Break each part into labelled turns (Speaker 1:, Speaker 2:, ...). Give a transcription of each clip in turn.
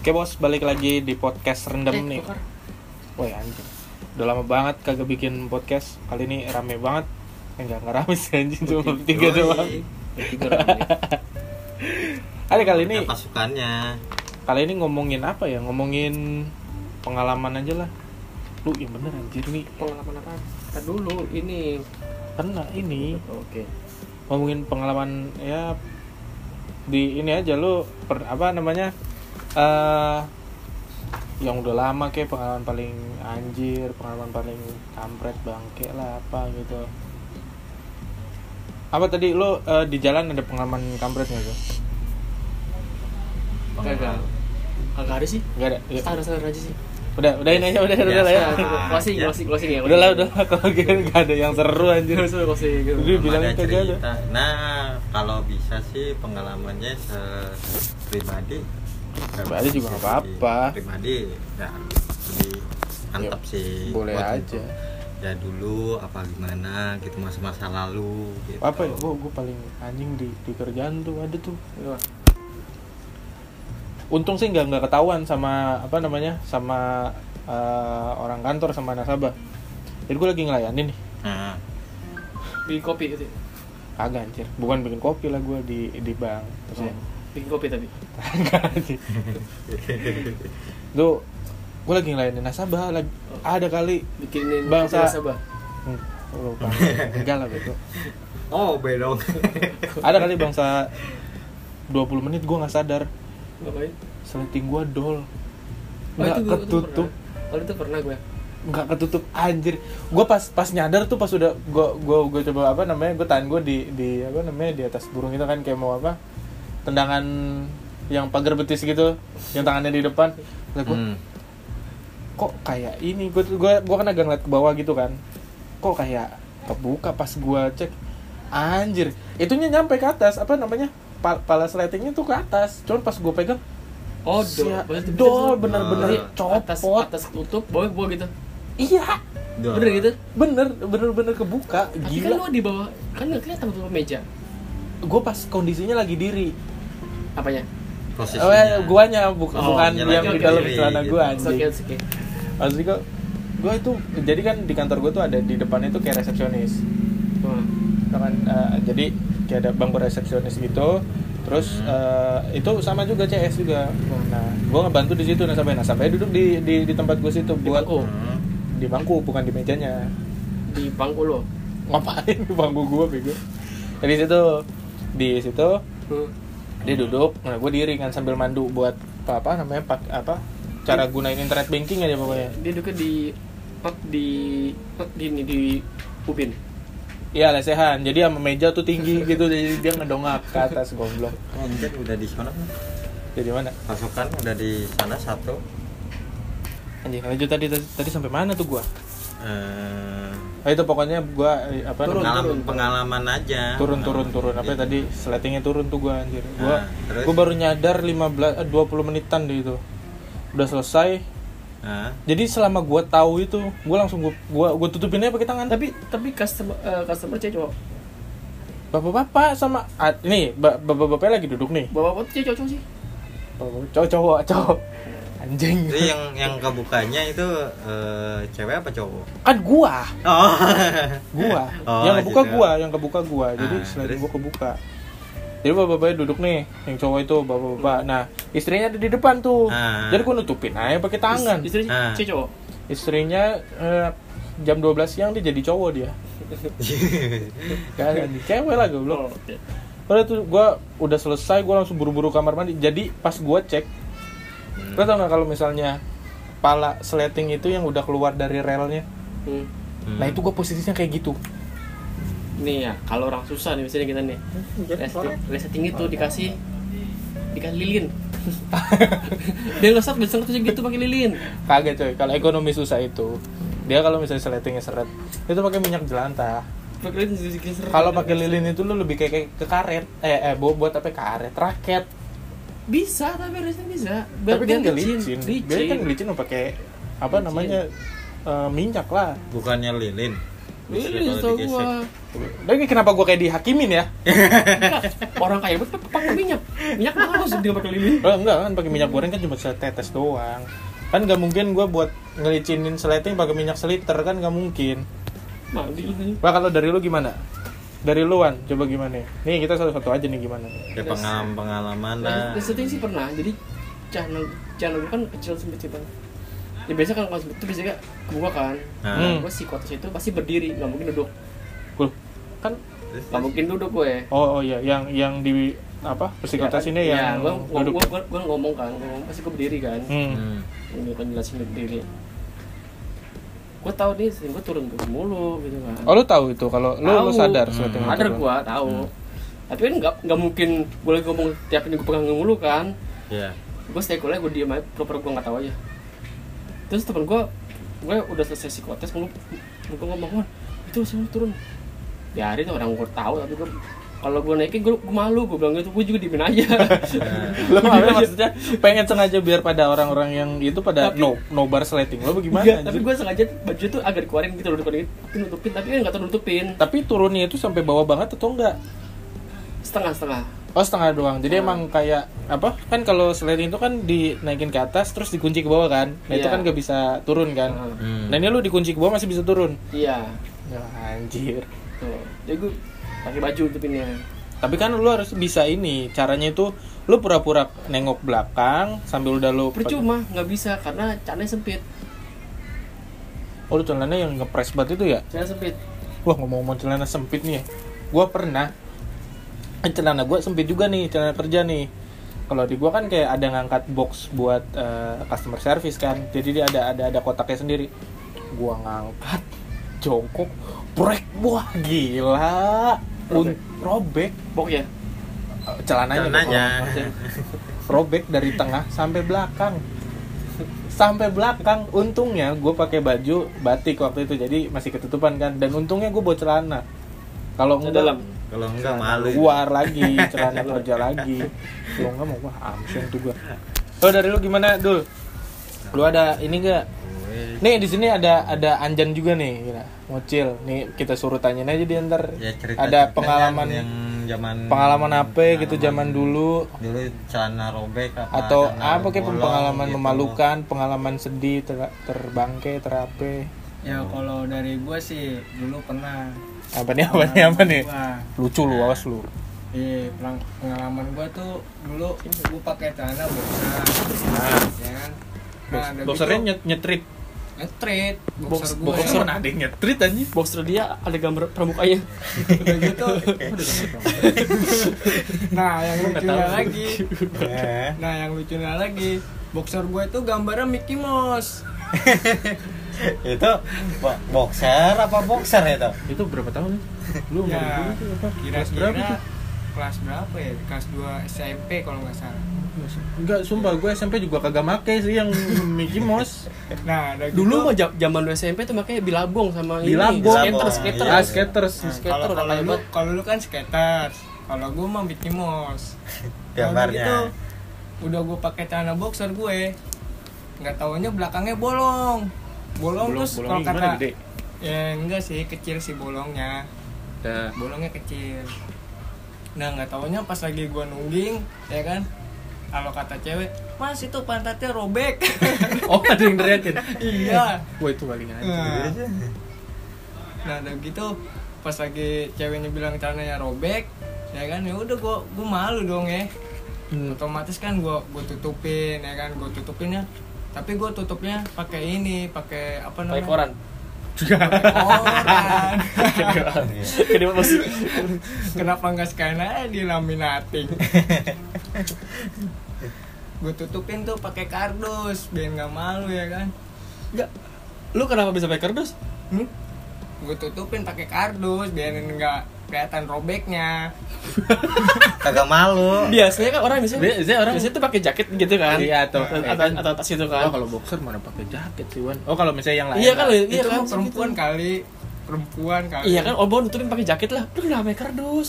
Speaker 1: Oke bos, balik lagi di podcast rendam
Speaker 2: Eh,
Speaker 1: nih.
Speaker 2: tukar.
Speaker 1: Woi anjing. Udah lama banget kagak bikin podcast. Kali ini rame banget. Eh, Enggak enggak rame sih anjing cuma bertiga
Speaker 2: Yoi.
Speaker 1: doang.
Speaker 2: Bertiga doang, ya.
Speaker 1: Ada kali ini
Speaker 3: Ada pasukannya
Speaker 1: kali ini ngomongin apa ya? Ngomongin pengalaman aja lah. Lu yang bener anjir nih.
Speaker 2: Pengalaman apa? Ntar dulu ini.
Speaker 1: Karena ini
Speaker 2: Oke.
Speaker 1: ngomongin pengalaman ya di ini aja lu per, apa namanya? eh yang udah lama kayak pengalaman paling anjir, pengalaman paling kampret bangke lah apa gitu. Apa tadi lu eh, di jalan ada pengalaman kampret nggak tuh?
Speaker 2: Kagak. Kagak ada sih.
Speaker 1: Nggak ada. Ya.
Speaker 2: Standar-standar aja sih.
Speaker 1: Udah, udahin aja, udah, udah lah ya.
Speaker 2: Nah, cukup. Closing,
Speaker 3: Ya.
Speaker 2: closing, closing ya.
Speaker 1: Udah lah, udah lah. Kalau kira nggak ada yang seru anjir.
Speaker 2: Closing, closing, gitu.
Speaker 1: Udah. Lu
Speaker 3: Belum
Speaker 1: bilangin
Speaker 3: ada
Speaker 1: ke dia aja.
Speaker 3: cerita. Nah, kalau bisa sih pengalamannya se pribadi.
Speaker 1: Pribadi juga nggak apa-apa.
Speaker 3: Pribadi ya lebih mantap
Speaker 1: Ya,
Speaker 3: sih.
Speaker 1: boleh
Speaker 3: buat
Speaker 1: aja.
Speaker 3: untuk Ya dulu apa gimana gitu masa-masa lalu gitu.
Speaker 1: Apa ya? Gua, gua paling anjing di, di kerjaan tuh ada tuh.
Speaker 2: Wah,
Speaker 1: Untung sih nggak nggak ketahuan sama apa namanya sama eh, orang kantor sama nasabah. Jadi gue lagi ngelayanin nih.
Speaker 3: Nah,
Speaker 2: Bikin kopi gitu. ya?
Speaker 1: Kagak anjir, bukan bikin kopi lah gue di di bank. Terus ya,
Speaker 2: Bikin kopi tapi.
Speaker 1: kagak anjir. Tuh gue lagi ngelayanin nasabah lagi ada kali
Speaker 2: Bikinin
Speaker 1: Bangsa.
Speaker 2: kopi nasabah.
Speaker 1: Hmm, lu lupa. enggak lah betul
Speaker 3: oh bedong.
Speaker 1: ada kali bangsa 20 menit gue nggak sadar
Speaker 2: Ngapain?
Speaker 1: seleting gue dol
Speaker 2: Oh,
Speaker 1: nggak
Speaker 2: itu gua- itu
Speaker 1: ketutup
Speaker 2: pernah. Oh, itu pernah gue.
Speaker 1: nggak ketutup anjir gue pas pas nyadar tuh pas udah gue gua gua coba apa namanya gue tahan gue di di apa namanya di atas burung itu kan kayak mau apa tendangan yang pagar betis gitu yang tangannya di depan Lah gua,
Speaker 3: Hmm.
Speaker 1: kok kayak ini gue gue gue kan agak ngeliat ke bawah gitu kan kok kayak kebuka pas gue cek anjir itunya nyampe ke atas apa namanya Pa- pala sletingnya tuh ke atas cuman pas gue pegang
Speaker 2: Oh,
Speaker 1: Sia-
Speaker 2: berarti
Speaker 1: dol,
Speaker 2: bener tuh.
Speaker 1: bener-bener
Speaker 2: Jadi,
Speaker 1: copot.
Speaker 2: Atas, atas tutup, bawah bawah gitu.
Speaker 1: iya
Speaker 3: Duh.
Speaker 2: Bener gitu.
Speaker 1: bener bener bener kebuka
Speaker 2: Tapi kan
Speaker 1: gila
Speaker 2: lu di bawah, kan nggak kelihatan tuh meja.
Speaker 1: gue pas kondisinya lagi diri
Speaker 2: Apanya?
Speaker 3: Posisinya.
Speaker 1: Oh, ya, guanya bu-
Speaker 3: Oh,
Speaker 1: bukan
Speaker 3: iya,
Speaker 1: yang
Speaker 2: iya,
Speaker 1: di
Speaker 2: iya,
Speaker 1: dalam
Speaker 2: iya,
Speaker 1: celana
Speaker 3: gitu.
Speaker 1: gue
Speaker 2: It's
Speaker 1: anjing
Speaker 2: okay, it's okay.
Speaker 1: maksud gue gue itu jadi kan di kantor gue tuh ada di depan itu kayak resepsionis
Speaker 2: Wah.
Speaker 1: kan eh, jadi kayak ada bangku resepsionis gitu terus eh, itu sama juga CS juga nah gue ngebantu di situ Nah, nasabah nasabahnya duduk di di, di tempat gue situ buat
Speaker 2: bangku.
Speaker 3: Hmm.
Speaker 1: di bangku bukan di mejanya
Speaker 2: di bangku lo.
Speaker 1: ngapain di bangku gue bego jadi situ di situ
Speaker 2: Hmm.
Speaker 1: dia duduk nah gue diri kan sambil mandu buat apa, apa namanya pak apa cara gunain internet banking aja pokoknya
Speaker 2: Iya. Dia duduk di pak di pak di ini di Upin.
Speaker 1: iya lesehan jadi sama meja tuh tinggi gitu jadi dia ngedongak ke atas goblok
Speaker 3: Anjir, Oh, udah di sana.
Speaker 1: jadi mana
Speaker 3: Pasukan udah di sana satu.
Speaker 1: anjing lanjut tadi tadi, tadi sampai mana tuh gue
Speaker 3: Eh,
Speaker 1: Nah, itu pokoknya gua eh, apa
Speaker 2: Turun,
Speaker 1: namanya?
Speaker 3: pengalaman pengalaman aja.
Speaker 1: turun turun turun apa ya, tadi sletingnya turun tuh gua anjir. Gua
Speaker 3: Nah, terus?
Speaker 1: gua baru nyadar 15 eh, 20 menitan di itu. Udah selesai.
Speaker 3: Hah?
Speaker 1: Jadi selama gua tahu itu, gua langsung gua gua, gua tutupinnya pakai tangan.
Speaker 2: Tapi tapi customer eh, customer cewek cowok.
Speaker 1: Bapak-bapak sama ah, nih, ba- bapak-bapak lagi duduk nih.
Speaker 2: Bapak-bapak tuh cewek cowok sih.
Speaker 1: Bapak-bapak- Cowok cowok cowok. Anjing.
Speaker 3: Jadi yang yang kebukanya itu eh, cewek apa cowok?
Speaker 1: Kan gua,
Speaker 3: Oh.
Speaker 1: gua.
Speaker 3: Oh,
Speaker 1: yang kebuka
Speaker 3: gitu.
Speaker 1: gua, yang kebuka gua. Jadi
Speaker 3: Ah,
Speaker 1: selain
Speaker 3: terus?
Speaker 1: gua kebuka. Jadi bapak-bapaknya duduk nih, yang cowok itu bapak-bapak. Nah, istrinya ada di depan tuh.
Speaker 3: Ah.
Speaker 1: Jadi gua nutupin aja pakai tangan.
Speaker 2: Istri
Speaker 3: Ah.
Speaker 2: cewek cowok.
Speaker 1: istrinya eh, jam 12 siang dia jadi cowok dia kan cewek lah goblok
Speaker 2: Belum.
Speaker 1: udah tuh gue udah selesai gue langsung buru-buru kamar mandi jadi pas gue cek
Speaker 3: Hmm.
Speaker 1: lo tau nggak kalau misalnya pala sleting itu yang udah keluar dari relnya
Speaker 2: Hmm.
Speaker 1: nah itu gue posisinya kayak gitu
Speaker 2: Nih ya, kalau orang susah nih misalnya kita nih.
Speaker 1: Hmm,
Speaker 2: Rasa tinggi tuh dikasih dikasih lilin. Dia ngesat bisa tuh gitu pakai lilin.
Speaker 1: kaget coy kalau ekonomi susah itu dia kalau misalnya sletingnya seret itu pakai minyak jelantah
Speaker 2: Pakai lilin sedikit seret.
Speaker 1: kalau pakai
Speaker 2: iya.
Speaker 1: lilin itu lu lebih kayak, kayak ke karet eh eh buat buat apa karet raket
Speaker 2: bisa tapi harusnya bisa. Biar-
Speaker 1: tapi
Speaker 2: biar
Speaker 1: kan nggak licin biar kan
Speaker 2: Licin.
Speaker 1: ngelicin pakai apa
Speaker 2: Licin.
Speaker 1: namanya eh, minyak lah
Speaker 3: Bukannya lilin. Bisa
Speaker 2: Iya,
Speaker 3: kalau
Speaker 2: setahu
Speaker 3: digesek.
Speaker 2: gua.
Speaker 1: Lagi kenapa gua kayak dihakimin ya?
Speaker 2: Enggak, orang kaya banget pakai minyak. Minyak mahal sih dia pakai lilin.
Speaker 1: Oh, enggak kan pakai minyak goreng kan cuma setetes doang. Kan nggak mungkin gua buat ngelicinin seleting pakai minyak seliter kan nggak mungkin.
Speaker 2: Mandi lu.
Speaker 1: Wah kalau dari lu gimana? Dari luan coba gimana? Nih kita satu-satu aja nih gimana? nih.
Speaker 3: Ya pengalaman-pengalaman lah.
Speaker 2: Nah,
Speaker 1: Hmm.
Speaker 2: setting sih pernah. Jadi channel channel gua kan kecil sempit sempit. Ya biasa kan kalau sempit itu biasanya ke gua kan.
Speaker 3: Nah,
Speaker 1: Hmm.
Speaker 2: Gua si kotas itu pasti berdiri, nggak mungkin duduk.
Speaker 1: Loh, kan
Speaker 3: terus-
Speaker 2: Nggak mungkin duduk gue.
Speaker 1: oh oh iya yang yang di apa psikotes ini yang
Speaker 2: ya, gua, gua,
Speaker 1: duduk.
Speaker 2: gua, gua, gua ngomong kan, gua ngomong, pasti gua berdiri kan.
Speaker 1: Hmm.
Speaker 3: Hmm.
Speaker 2: Ini penjelasan berdiri. Gua tahu nih, sering gua turun turun mulu gitu kan.
Speaker 1: Oh lu tahu itu kalau lu, lu
Speaker 2: Tahu.
Speaker 1: sadar
Speaker 3: Hmm,
Speaker 1: seleting lu
Speaker 2: Ada
Speaker 1: turun. Hmm.
Speaker 2: gua tahu. Tapi kan nggak nggak mungkin gua lagi ngomong tiap ini gua pegang mulu kan.
Speaker 3: Ya.
Speaker 2: Gua stay cool aja, gua diem aja, proper gua nggak tahu aja. Terus temen gua, gua udah selesai psikotes, gua, gua ngomong, "Wan, itu langsung turun." Di hari itu orang gua tahu, tapi gua kalau gua naikin gua, gua malu, gua bilang gitu, gua juga diemin aja.
Speaker 1: Lu gimana maksudnya pengen sengaja biar pada orang-orang yang itu pada
Speaker 2: Tapi-
Speaker 1: no no bar seleting lu
Speaker 2: Nggak,
Speaker 1: bagaimana
Speaker 2: tapi
Speaker 1: anjir?
Speaker 2: gua sengaja baju tuh agak dikeluarin gitu loh, dikeluarin, tapi nutupin, tapi kan nggak tahu nutupin.
Speaker 1: Tapi turunnya itu sampai bawah banget atau enggak?
Speaker 2: Setengah-setengah.
Speaker 1: Oh setengah doang. Jadi
Speaker 2: Hmm.
Speaker 1: emang kayak apa? Kan kalau sliding itu kan dinaikin ke atas terus dikunci ke bawah kan. Nah itu
Speaker 2: Iya.
Speaker 1: kan gak bisa turun kan.
Speaker 2: Nah,
Speaker 3: Hmm.
Speaker 1: Nah ini lu dikunci ke bawah masih bisa turun.
Speaker 2: Iya,
Speaker 1: Ya anjir.
Speaker 2: tuh. Jadi gua pakai baju nutupinnya.
Speaker 1: Tapi kan lu harus bisa ini. Caranya itu lu pura-pura nengok belakang sambil udah lu
Speaker 2: percuma nggak bisa karena caranya sempit
Speaker 1: Oh lu celananya yang ngepres banget itu ya?
Speaker 2: celana sempit
Speaker 1: Wah ngomong-ngomong celana sempit nih ya. Gua pernah eh, celana gua sempit juga nih celana kerja nih. Kalau di gua kan kayak ada ngangkat box buat eh, customer service kan. Jadi dia ada ada ada kotaknya sendiri. Gua ngangkat jongkok brek wah gila. Un robek
Speaker 2: bok ya
Speaker 1: Eh, celananya.
Speaker 3: Celananya.
Speaker 1: Robek dari tengah sampai belakang. Sampai belakang. Untungnya gue pakai baju batik waktu itu jadi masih ketutupan kan. Dan untungnya gue bawa celana. Kalau
Speaker 2: Celana
Speaker 1: enggak
Speaker 2: dalam
Speaker 3: Kalau enggak
Speaker 1: celana
Speaker 3: malu.
Speaker 1: Luar lagi, celana kerja lagi. Kalau enggak mau wah amsyong tuh gue. Lo dari lu gimana, Dul? Lu ada ini enggak?
Speaker 3: Gue
Speaker 1: Nih di sini ada ada Anjan juga nih, gila. Ngocil. Nih kita suruh tanyain aja dia ntar.
Speaker 3: ya cerita
Speaker 1: ada pengalaman
Speaker 3: yang zaman
Speaker 1: pengalaman apa gitu zaman dulu
Speaker 3: dulu celana robek apa
Speaker 1: atau
Speaker 3: celana
Speaker 1: apa kayak
Speaker 3: bolong
Speaker 1: pengalaman
Speaker 3: gitu.
Speaker 1: memalukan, pengalaman sedih, ter- terbangke, terape.
Speaker 4: Ya
Speaker 1: Oh.
Speaker 4: kalau dari gue sih dulu pernah
Speaker 1: Apa nih, apa nih, apa nih?
Speaker 4: Wah,
Speaker 1: Lucu lu, awas lu.
Speaker 4: di iya, pelang- pengalaman gue tuh dulu gue pakai celana boxer,
Speaker 1: Ah.
Speaker 4: ya kan? Nah, udah gitu,
Speaker 1: nyetrit.
Speaker 4: ngetrit,
Speaker 1: Box,
Speaker 4: boxer gue.
Speaker 1: boxer ada yang nyetrit anjing.
Speaker 2: boxer dia ada gambar pramukanya
Speaker 4: Udah gitu. nah, yang lucunya lagi,
Speaker 3: Ya.
Speaker 4: nah yang lucunya lagi, boxer gue tuh gambarnya Mickey Mouse.
Speaker 3: itu bo- boxer apa boxer itu
Speaker 1: Itu berapa tahun? Lu umur
Speaker 4: Ya,
Speaker 1: dulu apa? Kelas berapa gitu?
Speaker 4: kira-kira kelas berapa ya? Kelas 2 SMP kalau nggak salah.
Speaker 1: Enggak, sumpah gue SMP juga kagak make sih yang Mickey Mouse.
Speaker 4: Nah, udah gitu,
Speaker 2: dulu mah ja- zaman dulu SMP tuh makanya bilabong
Speaker 1: Oh,
Speaker 2: sama
Speaker 1: Bilabong.
Speaker 2: ini skater skater
Speaker 1: Ah, skaters.
Speaker 4: Nah,
Speaker 2: skater
Speaker 4: kalau
Speaker 2: udah
Speaker 4: kalau lu
Speaker 2: hebat
Speaker 4: kalau lu kan skaters kalau gue mah Mickey Mouse Nah, udah
Speaker 3: gambarnya
Speaker 4: gitu, udah gue pakai celana boxer gue nggak taunya belakangnya bolong bolong terus kalau kata ya enggak sih kecil sih bolongnya bolongnya kecil nah nggak taunya pas lagi gue nungging ya kan kalau kata cewek mas itu pantatnya robek
Speaker 1: Oh, ada yang teriakin.
Speaker 4: iya
Speaker 1: Wah, itu paling anjing.
Speaker 2: Iya
Speaker 4: Nah, nah udah gitu pas lagi ceweknya bilang celananya robek, ya kan ya udah gua gua malu dong ya.
Speaker 1: Hmm.
Speaker 4: Otomatis kan gua gua tutupin ya kan gua tutupin ya. Tapi gua tutupnya pakai ini, pakai apa namanya?
Speaker 2: pakai koran
Speaker 4: Pakai koran. Oh, gitu.
Speaker 2: kenapa masih
Speaker 4: Kenapa nggak sekalian aja di laminating? gue tutupin tuh pakai kardus biar nggak malu ya kan
Speaker 2: nggak lu kenapa bisa pakai kardus
Speaker 4: hmm? gue tutupin pakai kardus biar nggak kelihatan robeknya
Speaker 3: Iya. kagak malu
Speaker 2: biasanya kan orang biasanya
Speaker 1: Biasanya orang-
Speaker 2: biasanya tuh pakai jaket gitu kan
Speaker 1: Iya, atau-
Speaker 2: atau,
Speaker 1: iya
Speaker 2: atau,
Speaker 1: kan?
Speaker 2: atau tas itu kan
Speaker 1: Oh, kalau boxer mana pakai jaket sih, Wan. Oh, kalau misalnya yang lain.
Speaker 2: iya kan
Speaker 1: lah.
Speaker 2: iya
Speaker 4: itu
Speaker 2: kan
Speaker 4: mah perempuan kali perempuan kali
Speaker 2: Iya kan, obon nutupin pakai jaket lah. Lu kenapa pakai kardus?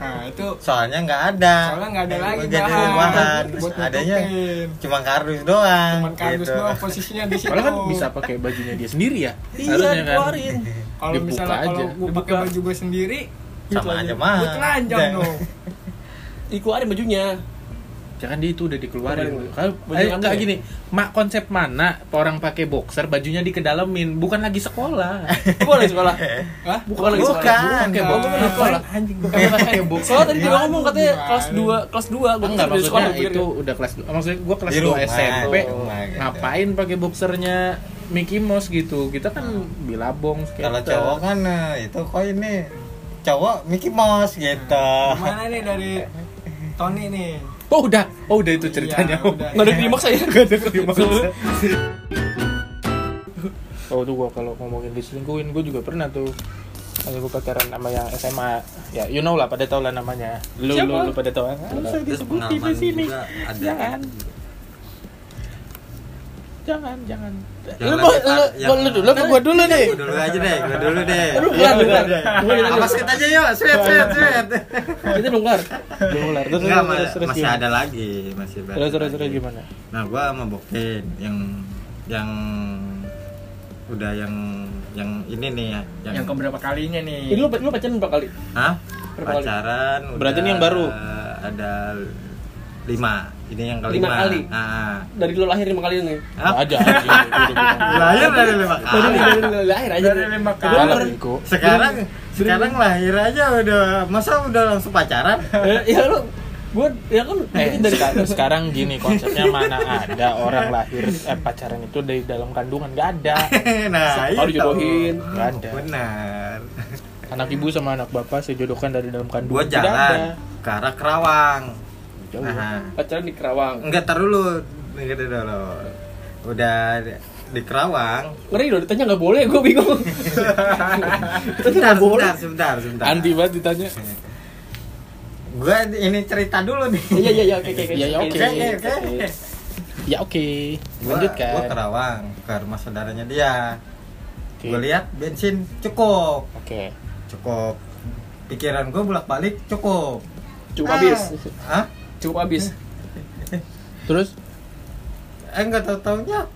Speaker 4: nah itu
Speaker 3: soalnya nggak ada
Speaker 4: soalnya nggak ada lagi
Speaker 3: Iya, Nggak ada
Speaker 4: bahan,
Speaker 3: bahan.
Speaker 4: buat
Speaker 3: adanya
Speaker 4: nutupin.
Speaker 3: cuma kardus doang
Speaker 4: cuman kardus
Speaker 3: gitu.
Speaker 4: doang posisinya di situ
Speaker 1: Padahal
Speaker 2: Oh.
Speaker 1: kan bisa pakai bajunya dia sendiri ya.
Speaker 3: Iya,
Speaker 1: Harusnya kan.
Speaker 3: keluarin.
Speaker 4: kalau
Speaker 1: Dibuka
Speaker 4: misalnya kalau
Speaker 1: aja.
Speaker 4: gue pakai
Speaker 2: Dibuka.
Speaker 4: baju gue sendiri
Speaker 3: Sama aja mah.
Speaker 4: gue telanjang
Speaker 3: Jangan.
Speaker 4: dong
Speaker 2: dikeluarin bajunya
Speaker 1: Jangan dia itu udah dikeluarin.
Speaker 2: Keluarin.
Speaker 1: Kalau
Speaker 2: Baju
Speaker 1: eh,
Speaker 2: kamu
Speaker 1: enggak
Speaker 2: ya?
Speaker 1: gini, mak konsep mana orang pakai boxer bajunya dikedalamin, bukan lagi sekolah.
Speaker 2: gue lagi sekolah
Speaker 4: Hah?
Speaker 2: bukan lagi sekolah
Speaker 3: Eh, Bukan.
Speaker 2: Gua pakai boxer di sekolah
Speaker 1: anjing.
Speaker 2: Eh, soalnya tadi dia
Speaker 4: Gimana?
Speaker 2: ngomong katanya kelas
Speaker 4: Gimana?
Speaker 2: 2 kelas 2 gue
Speaker 1: Iya. Enggak
Speaker 2: di sekolah
Speaker 1: maksudnya
Speaker 2: gua pikir
Speaker 1: itu udah kelas dua- maksudnya gua kelas
Speaker 3: Di
Speaker 1: 2
Speaker 3: rumah,
Speaker 1: SMP.
Speaker 3: di rumah gitu.
Speaker 1: Ngapain pakai boxernya Mickey Mouse gitu? Kita kan
Speaker 2: Hmm.
Speaker 1: bilabong skater.
Speaker 3: kalau cowok kan eh, itu kok ini cowok Mickey Mouse gitu
Speaker 4: mana nih dari Tony nih
Speaker 1: Oh udah, oh udah itu ceritanya.
Speaker 4: Iya, udah.
Speaker 2: nggak ada klimaks saya
Speaker 1: Gak ada klimaks. Oh tuh gua kalau ngomongin diselingkuhin gua juga pernah tuh Ada gua pacaran sama yang SMA Ya you know lah pada tau lah namanya Lu lu, lu
Speaker 2: Siapa?
Speaker 1: pada tau Nggak usah
Speaker 3: terus
Speaker 1: disebutin
Speaker 3: pengalaman
Speaker 1: di sini
Speaker 3: juga ada
Speaker 4: Iya
Speaker 3: ya.
Speaker 1: Jangan
Speaker 4: kan?
Speaker 1: Jangan jangan Lu
Speaker 3: Jangan
Speaker 1: mau
Speaker 3: lagi, Pak.
Speaker 1: lu,
Speaker 3: Yang-
Speaker 1: lu dulu
Speaker 2: Nah,
Speaker 1: apa gua
Speaker 2: iya,
Speaker 1: dulu nih
Speaker 3: Gua dulu aja deh gua dulu deh
Speaker 2: aduh kelar
Speaker 1: Iya,
Speaker 2: kelar
Speaker 1: udah.
Speaker 2: Gua bilang,
Speaker 3: apa kita aja yuk sweet sweet sweet
Speaker 2: kita belum kelar
Speaker 1: Lu ular terus terus,
Speaker 3: Enggak, ma-
Speaker 1: terus
Speaker 3: masih
Speaker 1: gimana?
Speaker 3: ada lagi masih banyak
Speaker 1: Terus terus
Speaker 3: lagi.
Speaker 1: terus gimana
Speaker 3: nah gua sama Bokin yang yang udah yang yang ini nih ya, yang,
Speaker 4: yang keberapa kalinya nih
Speaker 2: Jadi lu, lu pacaran berapa kali?
Speaker 3: Hah?
Speaker 2: Berapa kali?
Speaker 3: pacaran
Speaker 1: Berarti
Speaker 3: udah
Speaker 1: ini yang baru?
Speaker 3: ada lima ini yang kelima
Speaker 2: Lima kali?
Speaker 3: ah
Speaker 2: Dari lu lahir lima kali ini?
Speaker 1: Nggak
Speaker 3: Hah?
Speaker 1: ada anjing, gua udah bilang.
Speaker 3: lahir dari iya, lima
Speaker 2: Dari,
Speaker 1: Ah.
Speaker 3: kali
Speaker 2: dari, dari lahir aja
Speaker 4: Dari lima kali.
Speaker 2: Gua
Speaker 1: Kalah
Speaker 2: pernah-
Speaker 1: Biko
Speaker 3: sekarang sekarang lahir aja udah masa udah langsung pacaran
Speaker 2: Eh, Ya lu Gue, ya kan
Speaker 1: Eh,
Speaker 2: dari
Speaker 1: seka- sekarang gini konsepnya mana ada orang lahir eh, pacaran itu dari dalam kandungan nggak ada
Speaker 3: nah
Speaker 2: Oh, dijodohin.
Speaker 1: Nggak ada.
Speaker 3: benar
Speaker 1: anak ibu sama anak bapak sejodohkan dari dalam
Speaker 3: gua
Speaker 1: kandungan Tidak
Speaker 3: jalan ke arah Kerawang
Speaker 1: ada. Jauh. ya.
Speaker 3: nah
Speaker 2: pacaran di Kerawang
Speaker 3: enggak tar dulu enggak tar dulu udah di- di Kerawang
Speaker 2: Ngeri dong, ditanya nggak boleh, gue bingung
Speaker 3: sebentar sebentar sebentar sebentar
Speaker 1: anti banget ditanya
Speaker 3: gue ini cerita dulu nih
Speaker 2: Iya, iya, iya, oke, oke, oke
Speaker 1: Oh, Iya, iya, oke.
Speaker 3: oke oke
Speaker 1: ya oke lanjutkan
Speaker 3: gue Kerawang ke rumah saudaranya dia
Speaker 1: Oke.
Speaker 3: gue lihat bensin cukup
Speaker 1: oke
Speaker 3: cukup pikiran gue bolak balik cukup
Speaker 2: Cukup
Speaker 3: Ah.
Speaker 2: habis
Speaker 3: Hah?
Speaker 2: Cukup habis
Speaker 1: terus
Speaker 3: eh nggak tahu taunya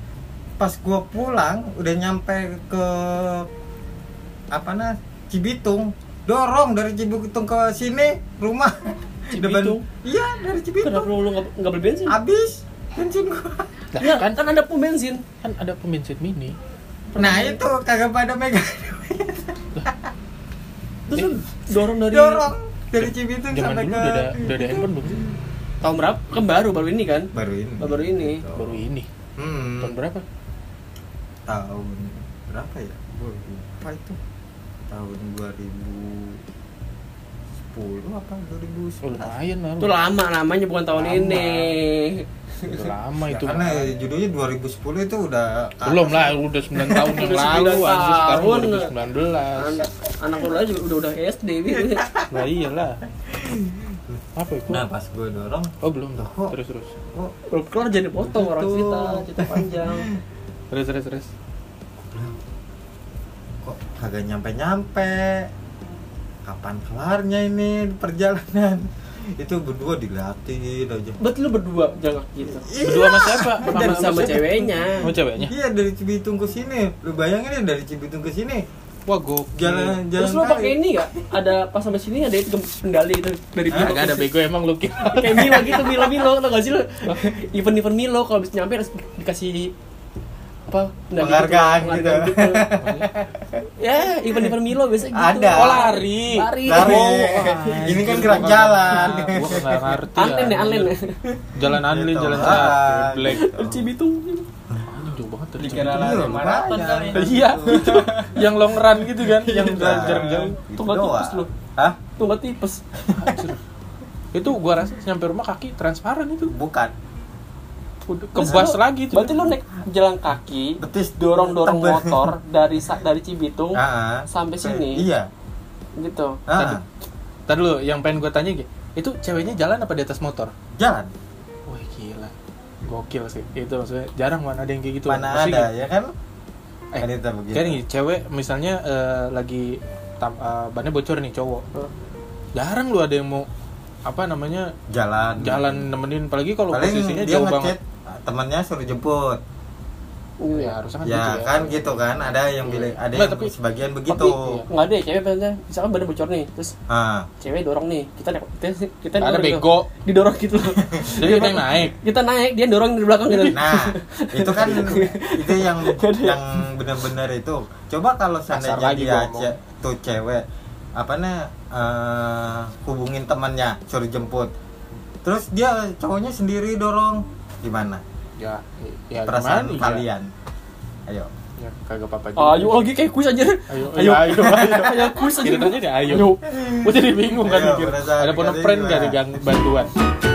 Speaker 3: pas gue pulang udah nyampe ke apa nah Cibitung dorong dari Cibitung ke sini rumah
Speaker 2: Cibitung?
Speaker 3: iya dari
Speaker 2: Kenapa
Speaker 3: Cibitung
Speaker 2: lu nggak nggak beli bensin?
Speaker 3: habis bensin gue
Speaker 1: Lah,
Speaker 2: Ya
Speaker 1: kan
Speaker 2: kan, kan ada pom bensin
Speaker 1: kan ada pemincit mini
Speaker 3: nah itu kagak pada megang
Speaker 2: Terus lu dorong dari
Speaker 3: dorong dari Cibitung
Speaker 1: zaman
Speaker 3: sampai
Speaker 1: dulu
Speaker 3: ke
Speaker 1: udah ada udah ada handphone belum sih
Speaker 2: Tahun berapa? Kan baru, baru ini kan?
Speaker 3: baru ini Gitu.
Speaker 2: Baru ini
Speaker 1: Oh, baru ini
Speaker 3: hmm,
Speaker 1: tahun berapa
Speaker 3: tahun berapa ya gue lupa itu tahun 2010 apa 2011
Speaker 1: oh, lumayan lah
Speaker 2: Itu lama namanya bukan tahun
Speaker 3: Lama.
Speaker 2: ini
Speaker 1: Udah lama
Speaker 3: Ya,
Speaker 1: itu
Speaker 3: karena judulnya 2010 itu udah ke
Speaker 1: belum
Speaker 3: atas.
Speaker 1: lah udah 9 tahun yang
Speaker 2: Udah
Speaker 1: lalu
Speaker 2: 9
Speaker 1: anjing sekarang
Speaker 2: tahun.
Speaker 1: 2019
Speaker 2: Anak, Kan, anak lu aja udah udah SD gitu.
Speaker 1: Lah iyalah. Apa itu?
Speaker 3: nah pas gue dorong
Speaker 1: Oh belum
Speaker 3: Lah,
Speaker 1: tuh.
Speaker 3: kok?
Speaker 1: Terus terus.
Speaker 3: kok
Speaker 2: Belum keluar jadi potong orang
Speaker 3: Betul.
Speaker 2: cerita, cerita panjang.
Speaker 1: Terus terus terus.
Speaker 3: kok kagak nyampe nyampe kapan kelarnya ini perjalanan itu berdua dilatih aja
Speaker 2: Berarti lu berdua jalan kaki gitu.
Speaker 1: Berdua sama siapa?
Speaker 2: Sama, sama ceweknya.
Speaker 1: Sama ceweknya.
Speaker 3: iya dari Cibitung ke sini lu bayangin ya dari Cibitung ke sini
Speaker 1: Wah gokil.
Speaker 3: jalan jalan
Speaker 2: Terus lu
Speaker 3: kaki.
Speaker 2: pakai ini nggak? Ada pas sampai sini ada itu pendali itu dari
Speaker 3: Ah,
Speaker 1: Gak ada bego emang lu kira.
Speaker 2: kayak Milo gitu Milo Milo tau gak sih lo event event Milo kalau bisa nyampe harus dikasih apa nggak
Speaker 3: Penghargaan gitu.
Speaker 2: ya event event Milo biasanya gitu
Speaker 3: Ada.
Speaker 2: oh lari Oh. lari,
Speaker 3: Lari.
Speaker 1: anjing,
Speaker 2: iya.
Speaker 3: Ini kan
Speaker 1: gua
Speaker 3: gerak
Speaker 1: nggak-
Speaker 3: jalan.
Speaker 1: Gua nggak ngerti.
Speaker 2: Anlen ya,
Speaker 1: anjing.
Speaker 2: anlen.
Speaker 1: Jalan anlin,
Speaker 3: Gitu.
Speaker 1: jalan
Speaker 3: Ah.
Speaker 1: jalan black.
Speaker 2: Dari Cibitung
Speaker 1: Anjing jauh banget dari
Speaker 4: dikira
Speaker 1: Cibitung.
Speaker 4: lari
Speaker 3: Iya,
Speaker 4: maraton
Speaker 3: lumayan.
Speaker 4: kali
Speaker 1: Iya, itu yang long run gitu kan, yang
Speaker 3: Nah,
Speaker 1: jarak jauh.
Speaker 3: gitu
Speaker 2: Tukang
Speaker 3: doang.
Speaker 2: tikus lu.
Speaker 3: Hah?
Speaker 2: tuh nggak tipes
Speaker 1: Anjir. Itu gua rasa nyampe rumah kaki transparan itu.
Speaker 3: Bukan.
Speaker 1: Udah
Speaker 2: Terus
Speaker 1: Kebas
Speaker 2: lu-
Speaker 1: lagi itu.
Speaker 2: berarti lu naik jalan kaki
Speaker 3: Betis
Speaker 2: dorong dorong
Speaker 3: tebel.
Speaker 2: motor dari sa- dari Cibitung
Speaker 3: Ah, ah.
Speaker 2: Sampai sini.
Speaker 3: Iya.
Speaker 2: gitu
Speaker 3: Ah, ah.
Speaker 1: Tadi lu yang pengen gue tanya gitu. Itu ceweknya jalan apa di atas motor?
Speaker 3: jalan.
Speaker 1: Wah gila. Gokil sih. Itu maksudnya jarang mana ada yang kayak gitu.
Speaker 3: Mana
Speaker 1: Maksudnya
Speaker 3: ada ya kan?
Speaker 1: Eh,
Speaker 3: Ada tak
Speaker 1: gini,
Speaker 3: begitu.
Speaker 1: Kayak gini, cewek misalnya eh, lagi tam, eh, bannya bocor nih cowok. jarang lu ada yang mau apa namanya
Speaker 3: jalan
Speaker 1: jalan nemenin apalagi kalau
Speaker 3: paling
Speaker 1: posisinya
Speaker 3: dia
Speaker 1: jauh
Speaker 3: ngechat
Speaker 1: banget
Speaker 3: temannya suruh jemput
Speaker 2: Iya,
Speaker 1: ya harusnya kan gitu
Speaker 3: ya
Speaker 1: ya.
Speaker 3: kan gitu kan ada yang bilang ada
Speaker 1: Nggak,
Speaker 3: yang
Speaker 1: tapi- iya.
Speaker 3: sebagian
Speaker 2: Tapi
Speaker 3: begitu
Speaker 2: nggak ada ya cewek misalnya, misalkan badan bocor nih, terus
Speaker 3: ah
Speaker 2: cewek dorong nih, kita naik- kita kita
Speaker 1: ada
Speaker 2: dorong gitu.
Speaker 1: bego
Speaker 2: didorong gitu loh.
Speaker 1: jadi kita yang naik
Speaker 2: Kita naik, dia dorong di belakang gitu.
Speaker 3: nah itu kan itu yang yang benar-benar itu coba kalau seandainya
Speaker 1: lagi
Speaker 3: dia
Speaker 1: ngomong.
Speaker 3: ce- tuh cewek apa nih eh, hubungin temannya suruh jemput terus dia cowoknya sendiri dorong gimana
Speaker 1: ya ya gimana
Speaker 3: perasaan
Speaker 1: ya?
Speaker 3: kalian ayo
Speaker 1: ya kagak apa-apa juga.
Speaker 2: Ayo lagi kayak kuis aja.
Speaker 1: ayo ya,
Speaker 2: Ayo.
Speaker 1: ayo ayo
Speaker 2: Kayak kuis aja.
Speaker 1: Kira-kira aja deh, ayo. Gue jadi bingung kan
Speaker 3: Ayo,
Speaker 1: mikir.
Speaker 3: perasaan
Speaker 1: Ada
Speaker 3: kalian
Speaker 1: ponoprent gak
Speaker 3: gimana?
Speaker 1: ada gang bantuan.